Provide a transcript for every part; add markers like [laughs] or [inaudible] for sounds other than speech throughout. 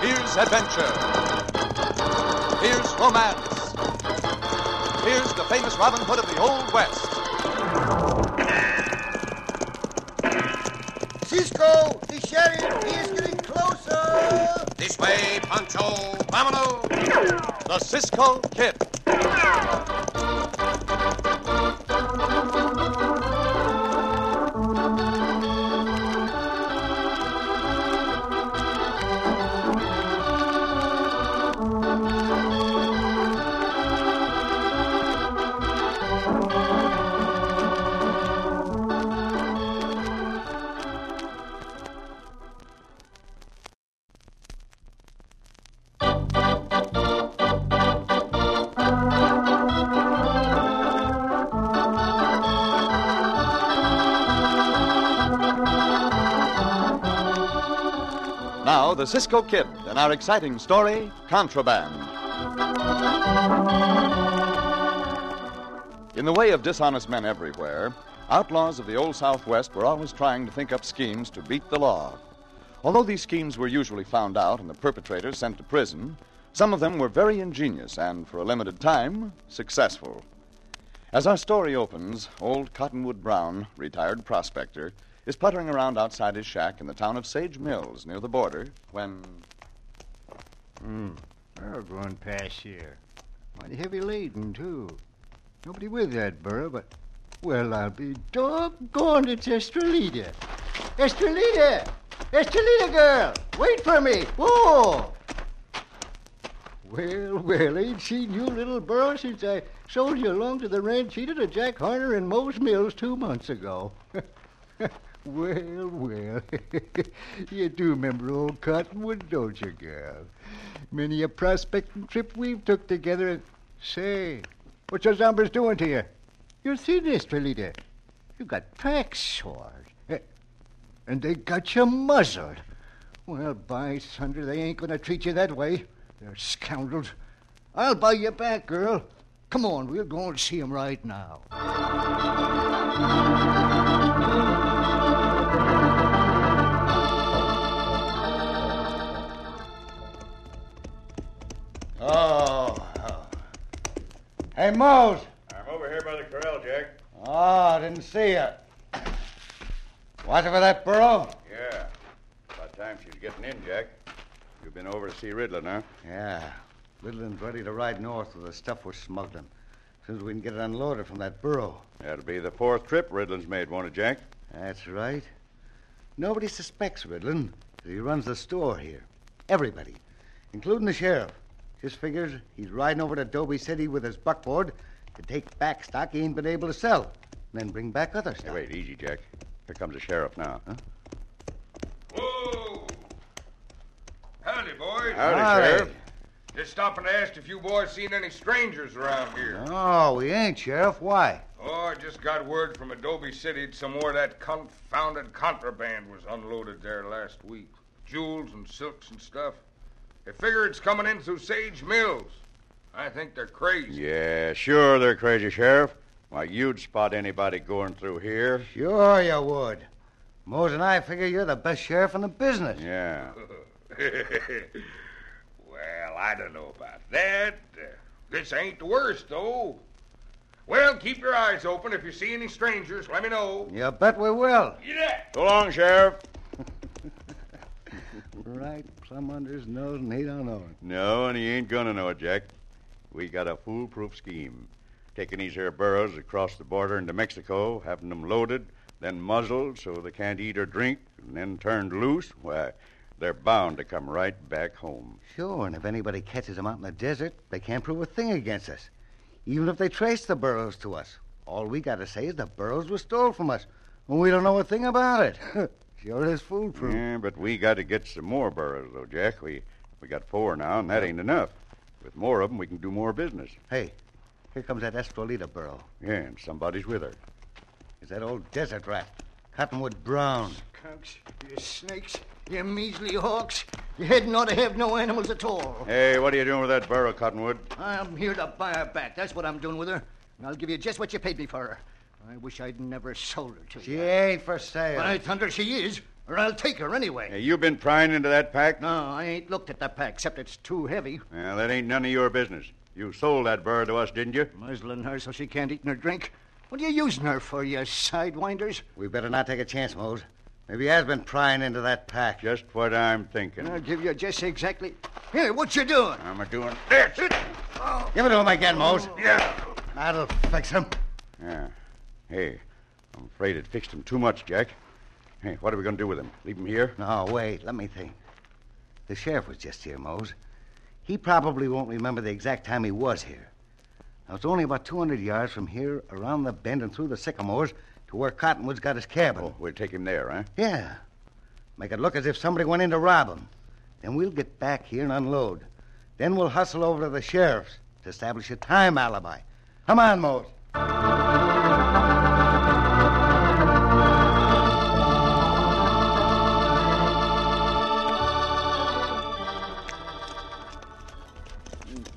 Here's adventure. Here's romance. Here's the famous Robin Hood of the Old West. Cisco, the sheriff, he is getting closer. This way, Pancho. Vamano. The Cisco Kid. Now, the Cisco Kid and our exciting story, Contraband. In the way of dishonest men everywhere, outlaws of the Old Southwest were always trying to think up schemes to beat the law. Although these schemes were usually found out and the perpetrators sent to prison, some of them were very ingenious and, for a limited time, successful. As our story opens, old Cottonwood Brown, retired prospector, is puttering around outside his shack in the town of Sage Mills near the border when. Burro going past here. Mighty heavy laden, too. Nobody with that burro, but. Well, I'll be doggone, it's Estrelita. Estrelita! Estrelita girl! Wait for me! Whoa! Well, well, ain't seen you little burro since I sold you along to the ranchita to Jack Harner and Mose Mills two months ago. [laughs] well, well, [laughs] you do remember old Cottonwood, don't you, girl? Many a prospecting trip we've took together. And say, what's those numbers doing to you? You're thin, Estrelita. You got pack sores, Eh, and they got you muzzled. Well, by thunder, they ain't going to treat you that way. They're scoundrels. I'll buy you back, girl. Come on, we'll go and see 'em right now. Oh. Hey, Mose. I'm over here by the corral, Jack. Ah, didn't see you. Watch for that burro? Yeah. About time she's getting in, Jack. You've been over to see Ridlin, huh? Yeah. Midland's ready to ride north with the stuff we're smuggling. As soon as we can get it unloaded from that burro. That'll be the fourth trip Ridlin's made, won't it, Jack? That's right. Nobody suspects Ridlin. 'cause He runs the store here. Everybody, including the sheriff. Just figures he's riding over to Dobie City with his buckboard to take back stock he ain't been able to sell, and then bring back other Hey, stuff. wait, easy, Jack. Here comes the sheriff now. Huh? Whoa! Howdy, boys. Howdy, Howdy. Sheriff. Just stopping to ask if you boys seen any strangers around here. No, Oh, we ain't, Sheriff. Why? Oh, I just got word from Adobe City that some more of that confounded contraband was unloaded there last week. Jewels and silks and stuff. They figure it's coming in through Sage Mills. I think they're crazy. Yeah, sure they're crazy, Sheriff. Why, you'd spot anybody going through here. Sure you would. Mose and I figure you're the best sheriff in the business. Yeah. [laughs] well, I don't know about that. Uh, This ain't the worst, though. Well, keep your eyes open. If you see any strangers, let me know. You bet we will. Yeah. So long, Sheriff. Right plumb under his nose, and he don't know it. No, and he ain't gonna know it, Jack. We got a foolproof scheme. Taking these here burros across the border into Mexico, having them loaded, then muzzled so they can't eat or drink, and then turned loose, why, they're bound to come right back home. Sure, and if anybody catches him out in the desert, they can't prove a thing against us. Even if they trace the burros to us, all we got to say is the burros were stole from us, and we don't know a thing about it. [laughs] sure is foolproof. Hmm. Yeah, but we got to get some more burros, though, Jack. We we got four now, and that ain't enough. With more of 'em, we can do more business. Hey, here comes that Estrolita burro. Yeah, and somebody's with her. It's that old desert rat, Cottonwood Brown. Cunks, you snakes, you measly hawks. You hadn't ought to have no animals at all. Hey, what are you doing with that burro, Cottonwood? I'm here to buy her back. That's what I'm doing with her. And I'll give you just what you paid me for her. I wish I'd never sold her to She you. ain't for sale. By thunder, she is. or I'll take her anyway. Hey, you been prying into that pack? No, I ain't looked at the pack, except it's too heavy. Well, that ain't none of your business. You sold that burr to us, didn't you? Muzzling her so she can't eat nor drink. What are you using her for, you sidewinders? We better not take a chance, Mose. Maybe he has been prying into that pack. Just what I'm thinking. I'll give you just exactly. Here, what you doing? I'm a doing this. Give it to him again, Mose. Yeah. That'll fix him. Yeah. Hey, I'm afraid it fixed him too much, Jack. Hey, what are we going to do with him? Leave him here? No, wait. Let me think. The sheriff was just here, Mose. He probably won't remember the exact time he was here. Now, it's only about 200 yards from here, around the bend and through the sycamores to where Cottonwood's got his cabin. Oh, we'll take him there, huh? Yeah. Make it look as if somebody went in to rob him. Then we'll get back here and unload. Then we'll hustle over to the sheriff's to establish a time alibi. Come on, Mose.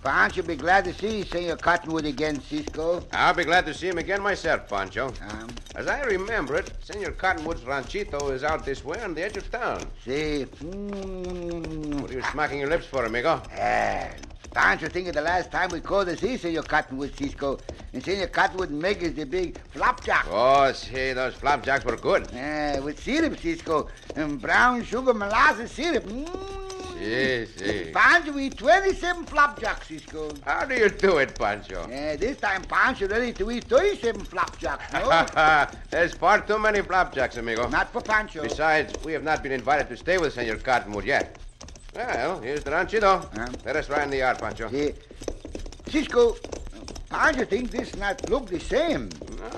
Pancho, you'll be glad to see Senor Cottonwood again, Cisco. I'll be glad to see him again myself, Pancho. Um, As I remember it, Senor Cottonwood's ranchito is out this way on the edge of town. see. What are you smacking your lips for, amigo? Ah, Pancho, think of the last time we called to see Senor Cottonwood, Cisco. And Senor Cottonwood make us the big flapjack. Oh, see, those flapjacks were good. [laughs] Eh, Ah, with syrup, Cisco. um, And brown sugar molasses syrup. Mm. See, see. Pancho, we eat 27 flapjacks, Cisco. How do you do it, Pancho? Eh, Yeah, this time Pancho ready to eat 37 flapjacks, [laughs] no? There's far too many flapjacks, amigo. Not for oh. Pancho. Besides, we have not been invited to stay with Senor Cottonwood yet. Well, here's the ranchito. Um, Let us ride in the yard, Pancho. See, Cisco, Pancho think this not look the same.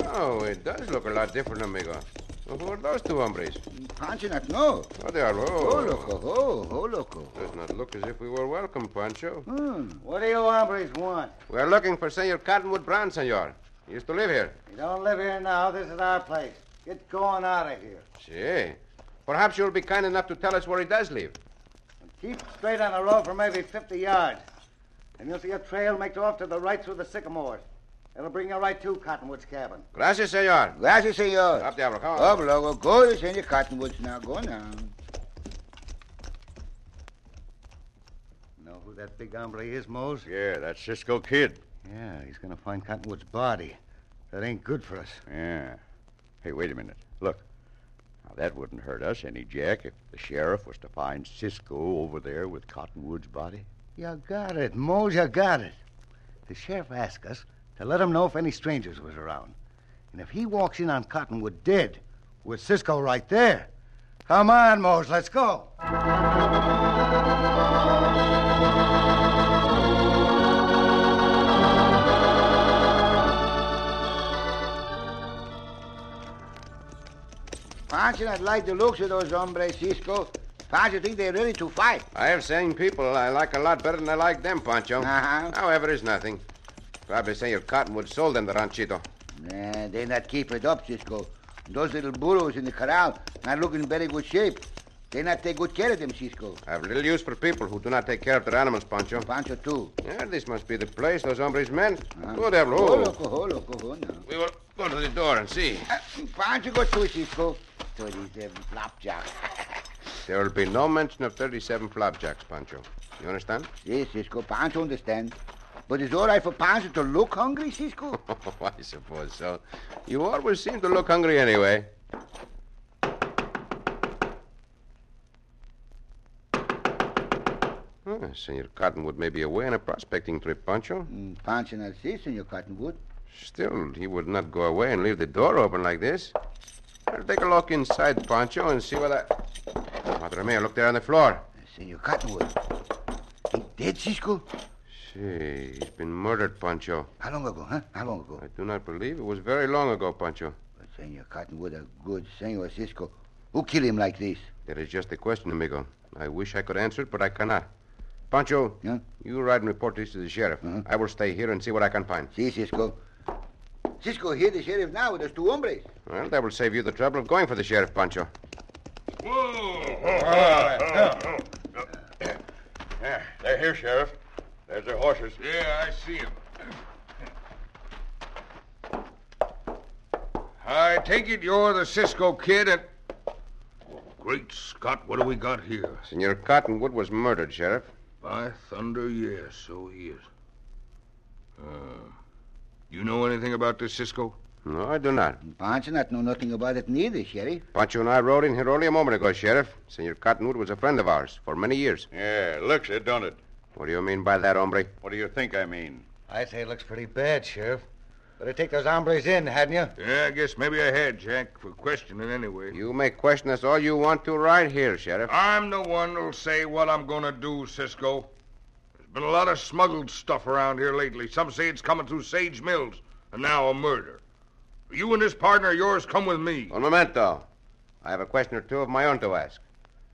No, it does look a lot different, amigo. Who are those two hombres? Pancho not know. Oh, they are. Oh, Oh, loco, oh, oh, loco. Does not look as if we were welcome, Pancho. Hmm. What do you hombres want? We are looking for Senor Cottonwood Brown, senor. He used to live here. You don't live here now. This is our place. Get going out of here. See. Perhaps you'll be kind enough to tell us where he does live. Keep straight on the road for maybe 50 yards. And you'll see a trail makes off to the right through the sycamores. It'll bring you right to Cottonwood's cabin. Gracias, senor. Gracias, senor. Up, diablo. Come Oh. Up, on. loco, go to Senor Cottonwoods now, go now. Know who that big hombre is, Mose? Yeah, that Cisco kid. Yeah, he's going to find Cottonwood's body. That ain't good for us. Yeah. Hey, wait a minute. Look. Now, that wouldn't hurt us any, Jack, if the sheriff was to find Cisco over there with Cottonwood's body. You got it, Mose, you got it. The sheriff asked us to let him know if any strangers was around. And if he walks in on Cottonwood dead, with Cisco right there. Come on, Mose, let's go. Pancho not like the looks of those hombres, Cisco. Pancho think they ready to fight. I have seen people I like a lot better than I like them, Pancho. Uh-huh. However, it's nothing. Probably Senor Cottonwood sold them the ranchito. Nah, they not keep it up, Cisco. Those little burros in the corral not look in very good shape. They not take good care of them, Cisco. I have little use for people who do not take care of their animals, Pancho. Pancho too. Yeah, this must be the place those hombres meant. Ah. Good diablo. Oh, loco, oh, loco, oh, now. We will go to the door and see. Pancho go to Cisco. To these uh, flapjacks. There will be no mention of 37 flapjacks, Pancho. You understand? yes, Cisco, Pancho understand. But it's all right for Pancho to look hungry, Cisco. [laughs] Oh, I suppose so. You always seem to look hungry anyway. Ah, Senor Cottonwood may be away on a prospecting trip, Pancho. Mm, Pancho not see, Senor Cottonwood. Still, he would not go away and leave the door open like this. I'll take a look inside, Pancho, and see what I. Madre mia, look there on the floor. Senor Cottonwood. He dead, Cisco? See, he's been murdered, Pancho. How long ago, huh? How long ago? I do not believe it was very long ago, Pancho. But Senor Cottonwood, a good Senor Cisco. Who kill him like this? That is just a question, amigo. I wish I could answer it, but I cannot. Pancho, Yeah? you ride and report this to the sheriff. Mhm. I will stay here and see what I can find. See, Cisco. Cisco, here the sheriff now with those two hombres. Well, that will save you the trouble of going for the sheriff, Pancho. They're here, Sheriff. There's their horses. Yeah, I see him. I take it you're the Cisco kid and. Great Scott, what do we got here? Senor Cottonwood was murdered, Sheriff. By thunder, yes, so he is. Uh, you know anything about this, Cisco? No, I do not. Pancho not know nothing about it neither, Sheriff. Pancho and I rode in here only a moment ago, Sheriff. Senor Cottonwood was a friend of ours for many years. Yeah, looks it, don't it? What do you mean by that, hombre? What do you think I mean? I say it looks pretty bad, Sheriff. Better take those hombres in, hadn't you? Yeah, I guess maybe I had, Jack, for questioning anyway. You may question us all you want to right here, Sheriff. I'm the one who'll say what I'm gonna do, Cisco. There's been a lot of smuggled stuff around here lately. Some say it's coming through Sage Mills, and now a murder. You and this partner of yours come with Oh. me. Un momento. I have a question or two of my own to ask.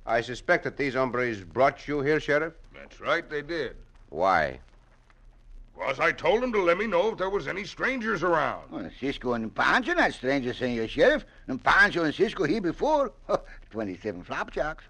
I suspect that these hombres brought you here, Sheriff. That's right, they did. Why? Was I told them to let me know if there was any strangers around. Well, Cisco and Pancho not strangers, Senor Sheriff. And Pancho and Cisco here before. 27 [laughs] flapjacks.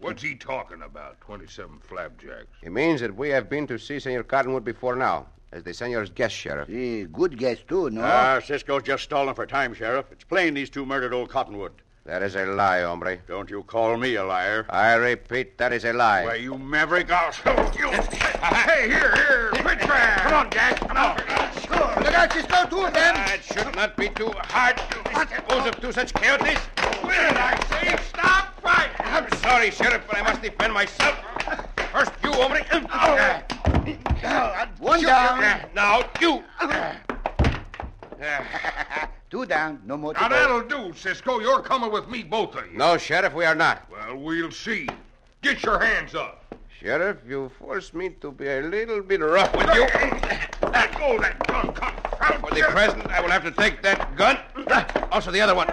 What's he talking about, 27 flapjacks? It means that we have been to see Senor Cottonwood before now, as the senor's guest, Sheriff. Eh, good guess, too, no? Ah, Cisco's just stalling for time, Sheriff. It's plain these two murdered old Cottonwood. That is a lie, hombre. Don't you call me a liar. I repeat, that is a lie. Why, you maverick, I'll show you. Hey, here, here, quit trying. Come on, Jack, come on. Look out, Cisco, two of them. That should not be too hard to dispose of two such coyotes. Will I say stop fighting? I'm sorry, Sheriff, but I must defend myself. First you, hombre. One down, Now you. two down, no more to Now go. that'll do, Cisco. You're coming with me, both of you. No, Sheriff, we are not. Well, we'll see. Get your hands up. Sheriff, you forced me to be a little bit rough with You. you. Let go of that gun, confound For the you. present, I will have to take that gun. Ah, Also, the other one.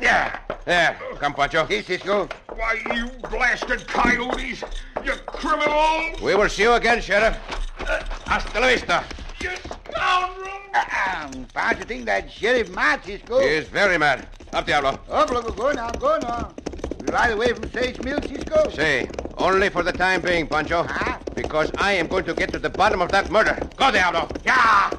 Yeah. There. Come, Pancho. Cisco, Why, you blasted coyotes. You criminals. Uh, We will see you again, Sheriff. Hasta la vista. You scoundrel. um, Pancho think that Sheriff mad, Cisco. He is very mad. Up, Diablo. Up, look, Oh, go now, go now. We ride away from Sage Mill, Cisco. Say, only for the time being, Pancho. Huh? Because I am going to get to the bottom of that murder. Go, Diablo. Yeah.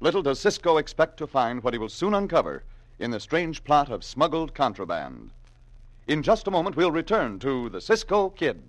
Little does Cisco expect to find what he will soon uncover in the strange plot of smuggled contraband. In just a moment, we'll return to the Cisco Kid.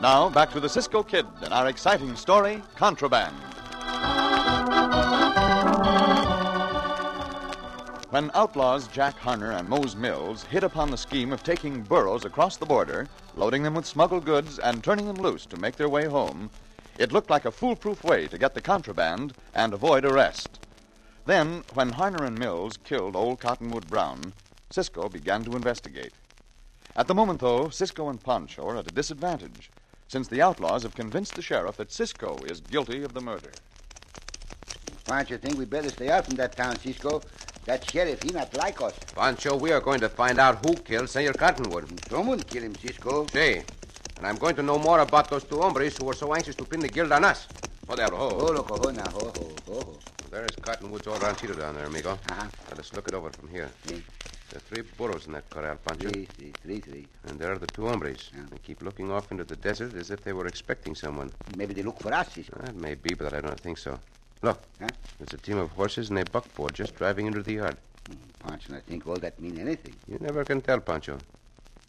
Now, back to the Cisco Kid and our exciting story Contraband. When outlaws Jack Harner and Mose Mills hit upon the scheme of taking burros across the border, loading them with smuggled goods, and turning them loose to make their way home, it looked like a foolproof way to get the contraband and avoid arrest. Then, when Harner and Mills killed old Cottonwood Brown, Cisco began to investigate. At the moment, though, Cisco and Pancho are at a disadvantage, since the outlaws have convinced the sheriff that Cisco is guilty of the murder. Pancho think we better stay out from that town, Cisco. That Sheriff, he not like us. Pancho, we are going to find out who killed Senor Cottonwood. Someone kill him, Cisco. Say, and I'm going to know more about those two hombres who were so anxious to pin the guild on us. Oh, Diablo. Ho. Oh, look, oh, now, ho, ho, ho, ho. There is Cottonwood's old ranchito down there, amigo. Uh-huh. Let us look it over from here. Sí. There are three burros in that corral, Pancho. Three, three, three, three. And there are the two hombres. Yeah. They keep looking off into the desert as if they were expecting someone. Maybe they look for us, Cisco. That may be, but I don't think so. Look, Huh? there's a team of horses and a buckboard just driving into the yard. Pancho not think all that mean anything. You never can tell, Pancho.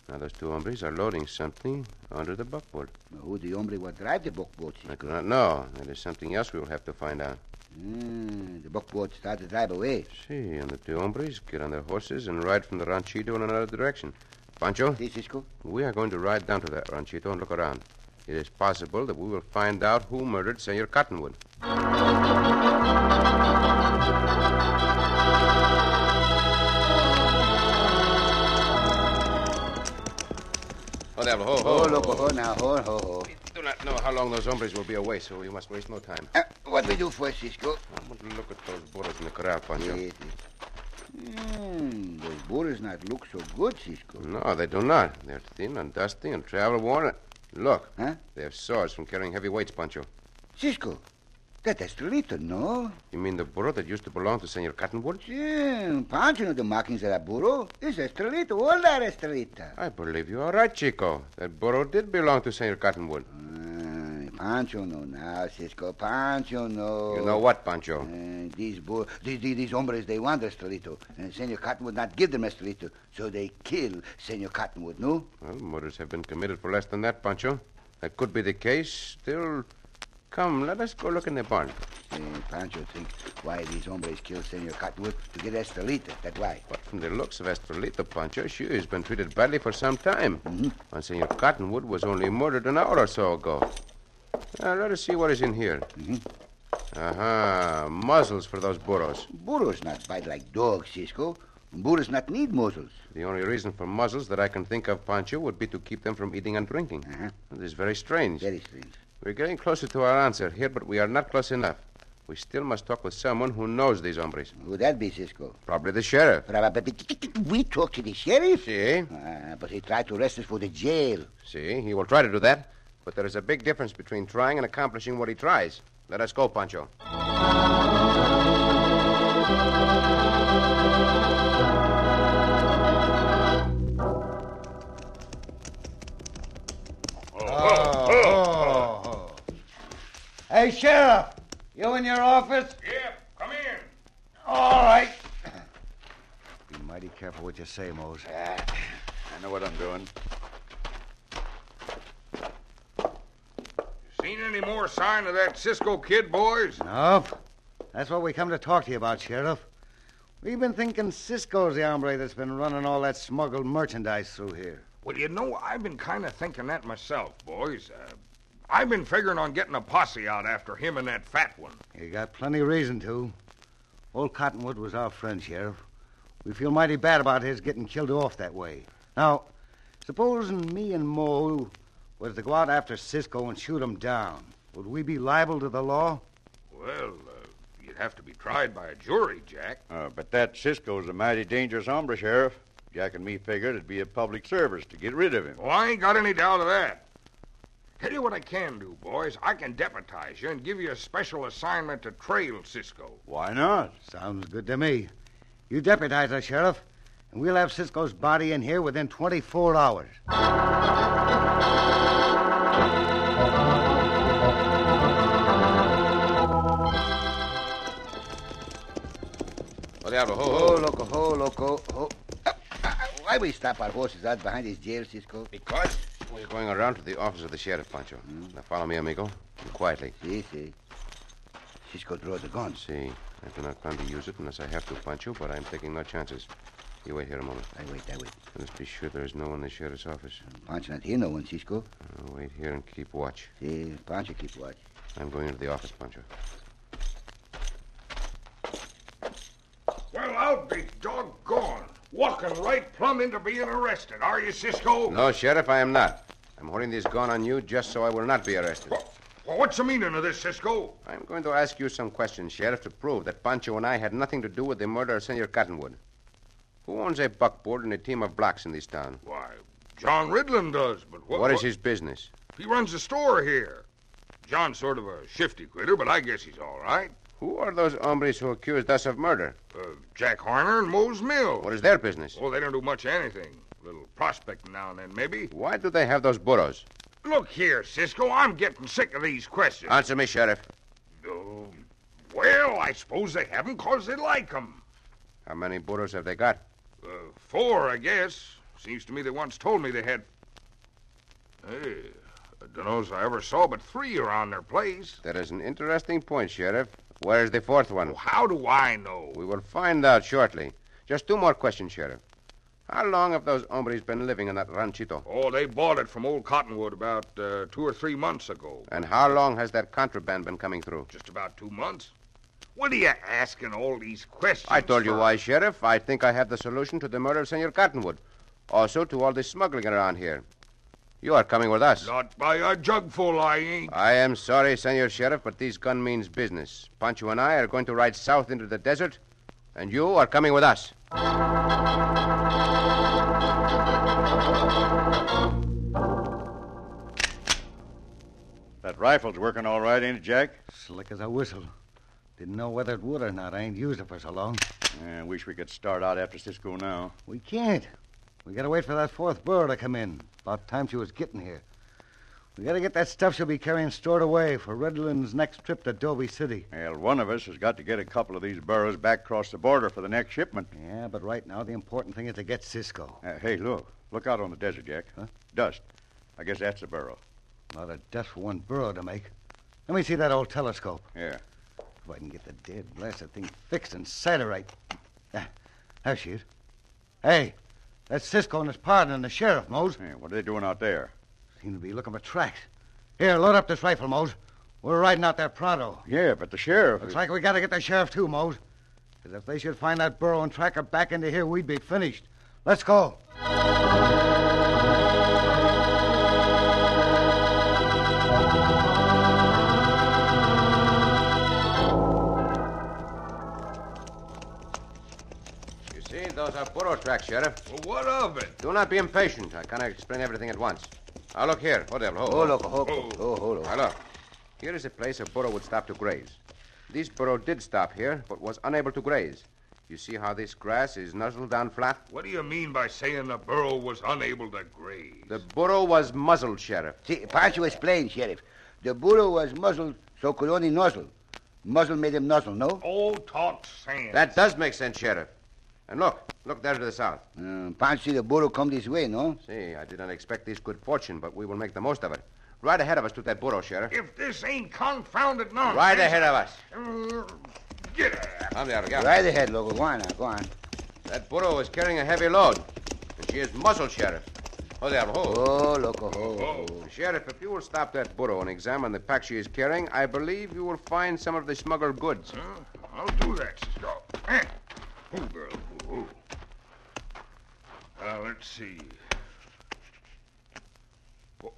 Now, those two hombres are loading something onto the buckboard. Now, who the hombre what drive the buckboat, I Cisco? do not know. That is something else we will have to find out. Mm, the buckboard start to drive away. See, and the two hombres get on their horses and ride from the ranchito in another direction. Pancho? See, Cisco? We are going to ride down to that ranchito and look around. It is possible that we will find out who murdered Senor Cottonwood. Oh, devil, ho, ho. Oh, look, oh, ho, now, ho, ho, ho. We do not know how long those hombres will be away, so we must waste no time. Uh, Eh, what we do first, Cisco? I want to look at those burros in the corral, Pancho. Yes, yes. Bullets Mm, not look so good, Cisco. No, they do not. They're thin and dusty and travel worn. and- Look, Huh? they have sores from carrying heavy weights, Pancho. Cisco, that Estrelito, no? You mean the burro that used to belong to Senor Cottonwood? Yeah, Pancho know the markings of that burro. It's Estrelito, all that Estrelita. I believe you are right, Chico. That burro did belong to Senor Cottonwood. Ah, Pancho know now, Cisco. Pancho know. You know what, Pancho? Uh, these, bull, these, these, these hombres, they want Estrelito. And Senor Cottonwood not give them Estrelito, so they kill Senor Cottonwood, no? Well, murders have been committed for less than that, Pancho. That could be the case. Still, come, let us go look in the barn. Uh, Pancho think why these hombres kill Senor Cottonwood to get Estrelita, that why. But from the looks of Estrelita, Pancho, she has been treated badly for some time. And Senor Cottonwood was only murdered an hour or so ago. Uh, let us see what is in here. Uh-huh. Muzzles for those burros. Burros not bite like dogs, Cisco. Burros not need muzzles. The only reason for muzzles that I can think of, Pancho, would be to keep them from eating and drinking. Uh-huh. It is very strange. Very strange. We're getting closer to our answer here, but we are not close enough. We still must talk with someone who knows these hombres. Who that be, Cisco? Probably the sheriff. Probably we talk to the sheriff. See? eh? Ah, but he tried to arrest us for the jail. See? He will try to do that, but there is a big difference between trying and accomplishing what he tries. Let us go, Pancho. Oh. Hey, Sheriff, you in your office? Yeah, come in. All right. Be mighty careful what you say, Mose. I know what I'm doing. Seen any more sign of that Cisco kid, boys? Enough. That's what we come to talk to you about, Sheriff. We've been thinking Cisco's the hombre that's been running all that smuggled merchandise through here. Well, you know, I've been kind of thinking that myself, boys. Uh, I've been figuring on getting a posse out after him and that fat one. You got plenty of reason to. Old Cottonwood was our friend, Sheriff. We feel mighty bad about his getting killed off that way. Now, supposing me and Mo was to go out after Cisco and shoot him down, would we be liable to the law? Well, uh, you'd have to be tried by a jury, Jack. Uh, but that Cisco's a mighty dangerous hombre, Sheriff. Jack and me figured it'd be a public service to get rid of him. Oh, I ain't got any doubt of that. Tell you what I can do, boys. I can deputize you and give you a special assignment to trail Cisco. Why not? Sounds good to me. You deputize us, Sheriff, and we'll have Cisco's body in here within 24 hours. Oh, diablo. Ho, Oh, loco, ho, loco, ho. Ah, ah, Why we stop our horses out behind his jail, Cisco? Because? We're going around to the office of the sheriff, Pancho. Hmm? Now follow me, amigo. And quietly. See, see. Cisco draw the guns. See, I do not plan to use it unless I have to, Pancho, but I'm taking no chances. You wait here a moment. I wait, I wait. Let us be sure there is no one in the sheriff's office. Pancho not here, no one, Cisco. I'll wait here and keep watch. See, Pancho keep watch. I'm going into the office, Pancho. Well, I'll be doggone. Walking right plumb into being arrested, are you, Cisco? No, Sheriff, I am not. I'm holding this gun on you just so I will not be arrested. Well, what's the meaning of this, Cisco? I'm going to ask you some questions, Sheriff, to prove that Pancho and I had nothing to do with the murder of Senor Cottonwood. Who owns a buckboard and a team of blocks in this town? Why, John Ridland does, but what, what is his business? He runs a store here. John's sort of a shifty critter, but I guess he's all right. Who are those hombres who accused us of murder? Uh, Jack Harner and Mose Mill. What is their business? Oh, they don't do much of anything. Little prospecting now and then, maybe. Why do they have those burros? Look here, Cisco, I'm getting sick of these questions. Answer me, Sheriff. Oh, well, I suppose they have 'em 'cause they like 'em. How many burros have they got? Uh, four, I guess. Seems to me they once told me they had. Hey, I don't know as I ever saw but three around their place. That is an interesting point, Sheriff. Where is the fourth one? Well, how do I know? We will find out shortly. Just two more questions, Sheriff. How long have those hombres been living in that ranchito? Oh, they bought it from old Cottonwood about uh, two or three months ago. And how long has that contraband been coming through? Just about two months. What are you asking all these questions? I told you for? why, Sheriff. I think I have the solution to the murder of Senor Cottonwood. Also to all this smuggling around here. You are coming with us. Not by a jugful, I ain't. I am sorry, Senor Sheriff, but these gun means business. Pancho and I are going to ride south into the desert, and you are coming with us. rifle's working all right, ain't it, Jack? Slick as a whistle. Didn't know whether it would or not. I ain't used it for so long. Yeah, I wish we could start out after Cisco now. We can't. We gotta wait for that fourth burro to come in. About time she was getting here. We gotta get that stuff she'll be carrying stored away for Redland's next trip to Dobie City. Well, one of us has got to get a couple of these burros back across the border for the next shipment. Yeah, but right now the important thing is to get Cisco. Uh, hey, look. Look out on the desert, Jack. Huh? Dust. I guess that's a burro. A lot of dust for one burro to make. Let me see that old telescope. Yeah. If I can get the dead blasted thing fixed and sighted right. Ah, there she is. Hey, that's Cisco and his partner and the sheriff, Mose. Hey, what are they doing out there? Seem to be looking for tracks. Here, load up this rifle, Mose. We're riding out there pronto. Yeah, but the sheriff. Looks like we gotta get the sheriff too, Mose. Because if they should find that burro and track her back into here, we'd be finished. Let's go. You see, those are burro tracks, Sheriff. Well, what of it? Do not be impatient. I cannot explain everything at once. Now, look here. Hold up. Hold, Oh, look, oh, oh, oh, hold Now, on. look. Here is a place a burro would stop to graze. This burro did stop here, but was unable to graze. You see how this grass is nuzzled down flat? What do you mean by saying the burro was unable to graze? The burro was muzzled, Sheriff. See, Pancho was plain, Sheriff. The burro was muzzled, so could only nuzzle. Muzzle made him nuzzle, no? Oh, talk sand. That does make sense, Sheriff. And look, look there to the south. Mm, Pancho see the burro come this way, no? See, I did not expect this good fortune, but we will make the most of it. Right ahead of us to that burro, Sheriff. If this ain't confounded nonsense. mm, Right ahead of us. Get out. Come there, yeah. Right ahead, Loco. Go on, now, go on. That burro is carrying a heavy load. And she is muzzled, Sheriff. Hold there, hold. Oh, Loco, ho. Oh, Sheriff, if you will stop that burro and examine the pack she is carrying, I believe you will find some of the smuggled goods. huh? I'll do that, Cisco. Eh. Oh, girl. Oh. Uh, let's see. Oh,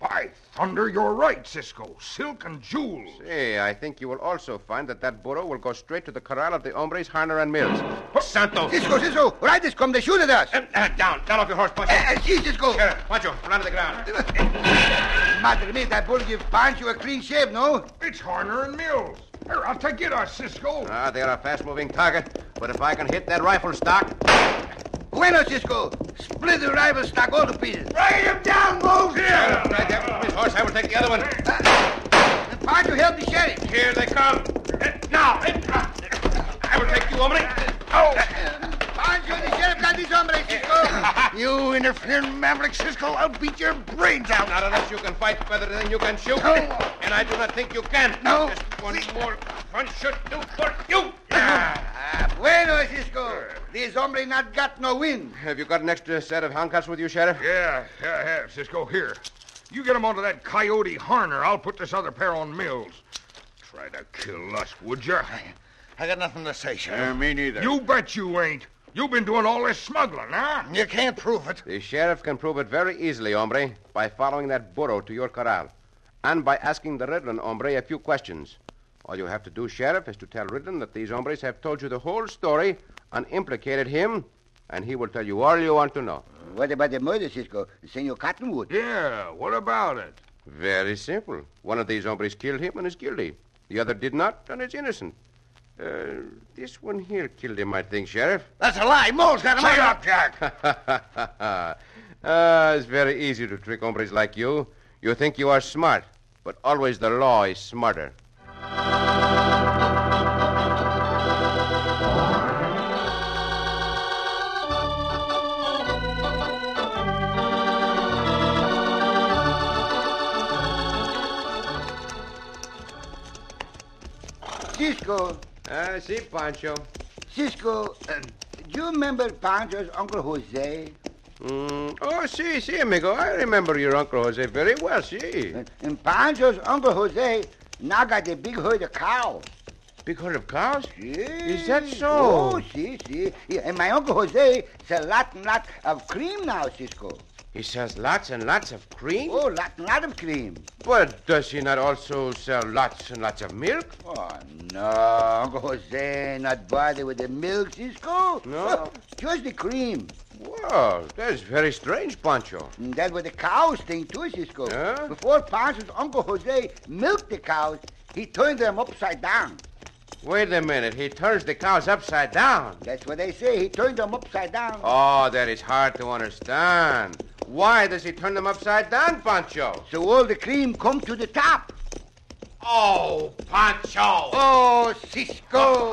By thunder, you're right, Cisco. Silk and jewels. Hey, I think you will also find that that burro will go straight to the corral of the hombres Harner and Mills. Santos! Cisco, Cisco, riders come to shoot at us. Uh, uh, down, down off your horse, Pancho. Eh, eh, see, Cisco. Sheriff, Pancho, run to the ground. Madre mia, that bull give Pancho a clean shave, no? It's Harner and Mills. They're out to get us, uh, Cisco. Ah, they are a fast-moving target, but if I can hit that rifle stock, Bueno, Cisco. Split the rival stock all to pieces. Bring him down, Moses! right there from his horse, I will take the other one. And Pancho help the sheriff. [laughs] Here they come. Now, I will take you, hombre. Oh, Pancho, the sheriff got these hombres, Cisco. You interfering maverick, Cisco. I'll beat your brains out. Not unless you can fight better than you can shoot. And I do not think you can. No. Just one more punch should do for you. Ah, bueno, Cisco. These hombres not got no wind. Have you got an extra set of handcuffs with you, Sheriff? Yeah, yeah, I have, Cisco. Here. You get him onto that coyote Harner. I'll put this other pair on Mills. Try to kill us, would you? I got nothing to say, Sheriff. Uh, me neither. You bet you ain't. You've been doing all this smuggling, huh? You can't prove it. The sheriff can prove it very easily, hombre, by following that burro to your corral and by asking the Ridlin hombre a few questions. All you have to do, Sheriff, is to tell Ridlin that these hombres have told you the whole story and implicated him, and he will tell you all you want to know. What about the murder, Cisco? Senor Cottonwood. Yeah, what about it? Very simple. One of these hombres killed him and is guilty. The other did not and is innocent. Uh, this one here killed him, I think, Sheriff. That's a lie. Mole's got him. Shut up, Jack. [laughs] Ah, it's very easy to trick hombres like you. You think you are smart, but always the law is smarter. [laughs] Cisco, I see, Pancho. Cisco, um, do you remember Pancho's Uncle Jose? Mm, oh, see, see, amigo. I remember your Uncle Jose very well, see. And, Uh, and Pancho's Uncle Jose now got the big herd of cows. Big herd of cows? Is that so? Oh, see, see. Yeah, and my Uncle Jose sell lot and lot of cream now, Cisco. He sells lots and lots of cream? Oh, lot, lot of cream. But does he not also sell lots and lots of milk? Oh, no, Uncle Jose, not bother with the milk, Cisco. No. [laughs] Just the cream. Well, that's very strange, Pancho. And that was the cows thing, too, Cisco. Huh? Before Ponce's Uncle Jose milked the cows, he turned them upside down. Wait a minute. He turns the cows upside down. That's what they say. He turned them upside down. Oh, that is hard to understand. Why does he turn them upside down, Pancho? So all the cream come to the top. Oh, Pancho! Oh, Cisco.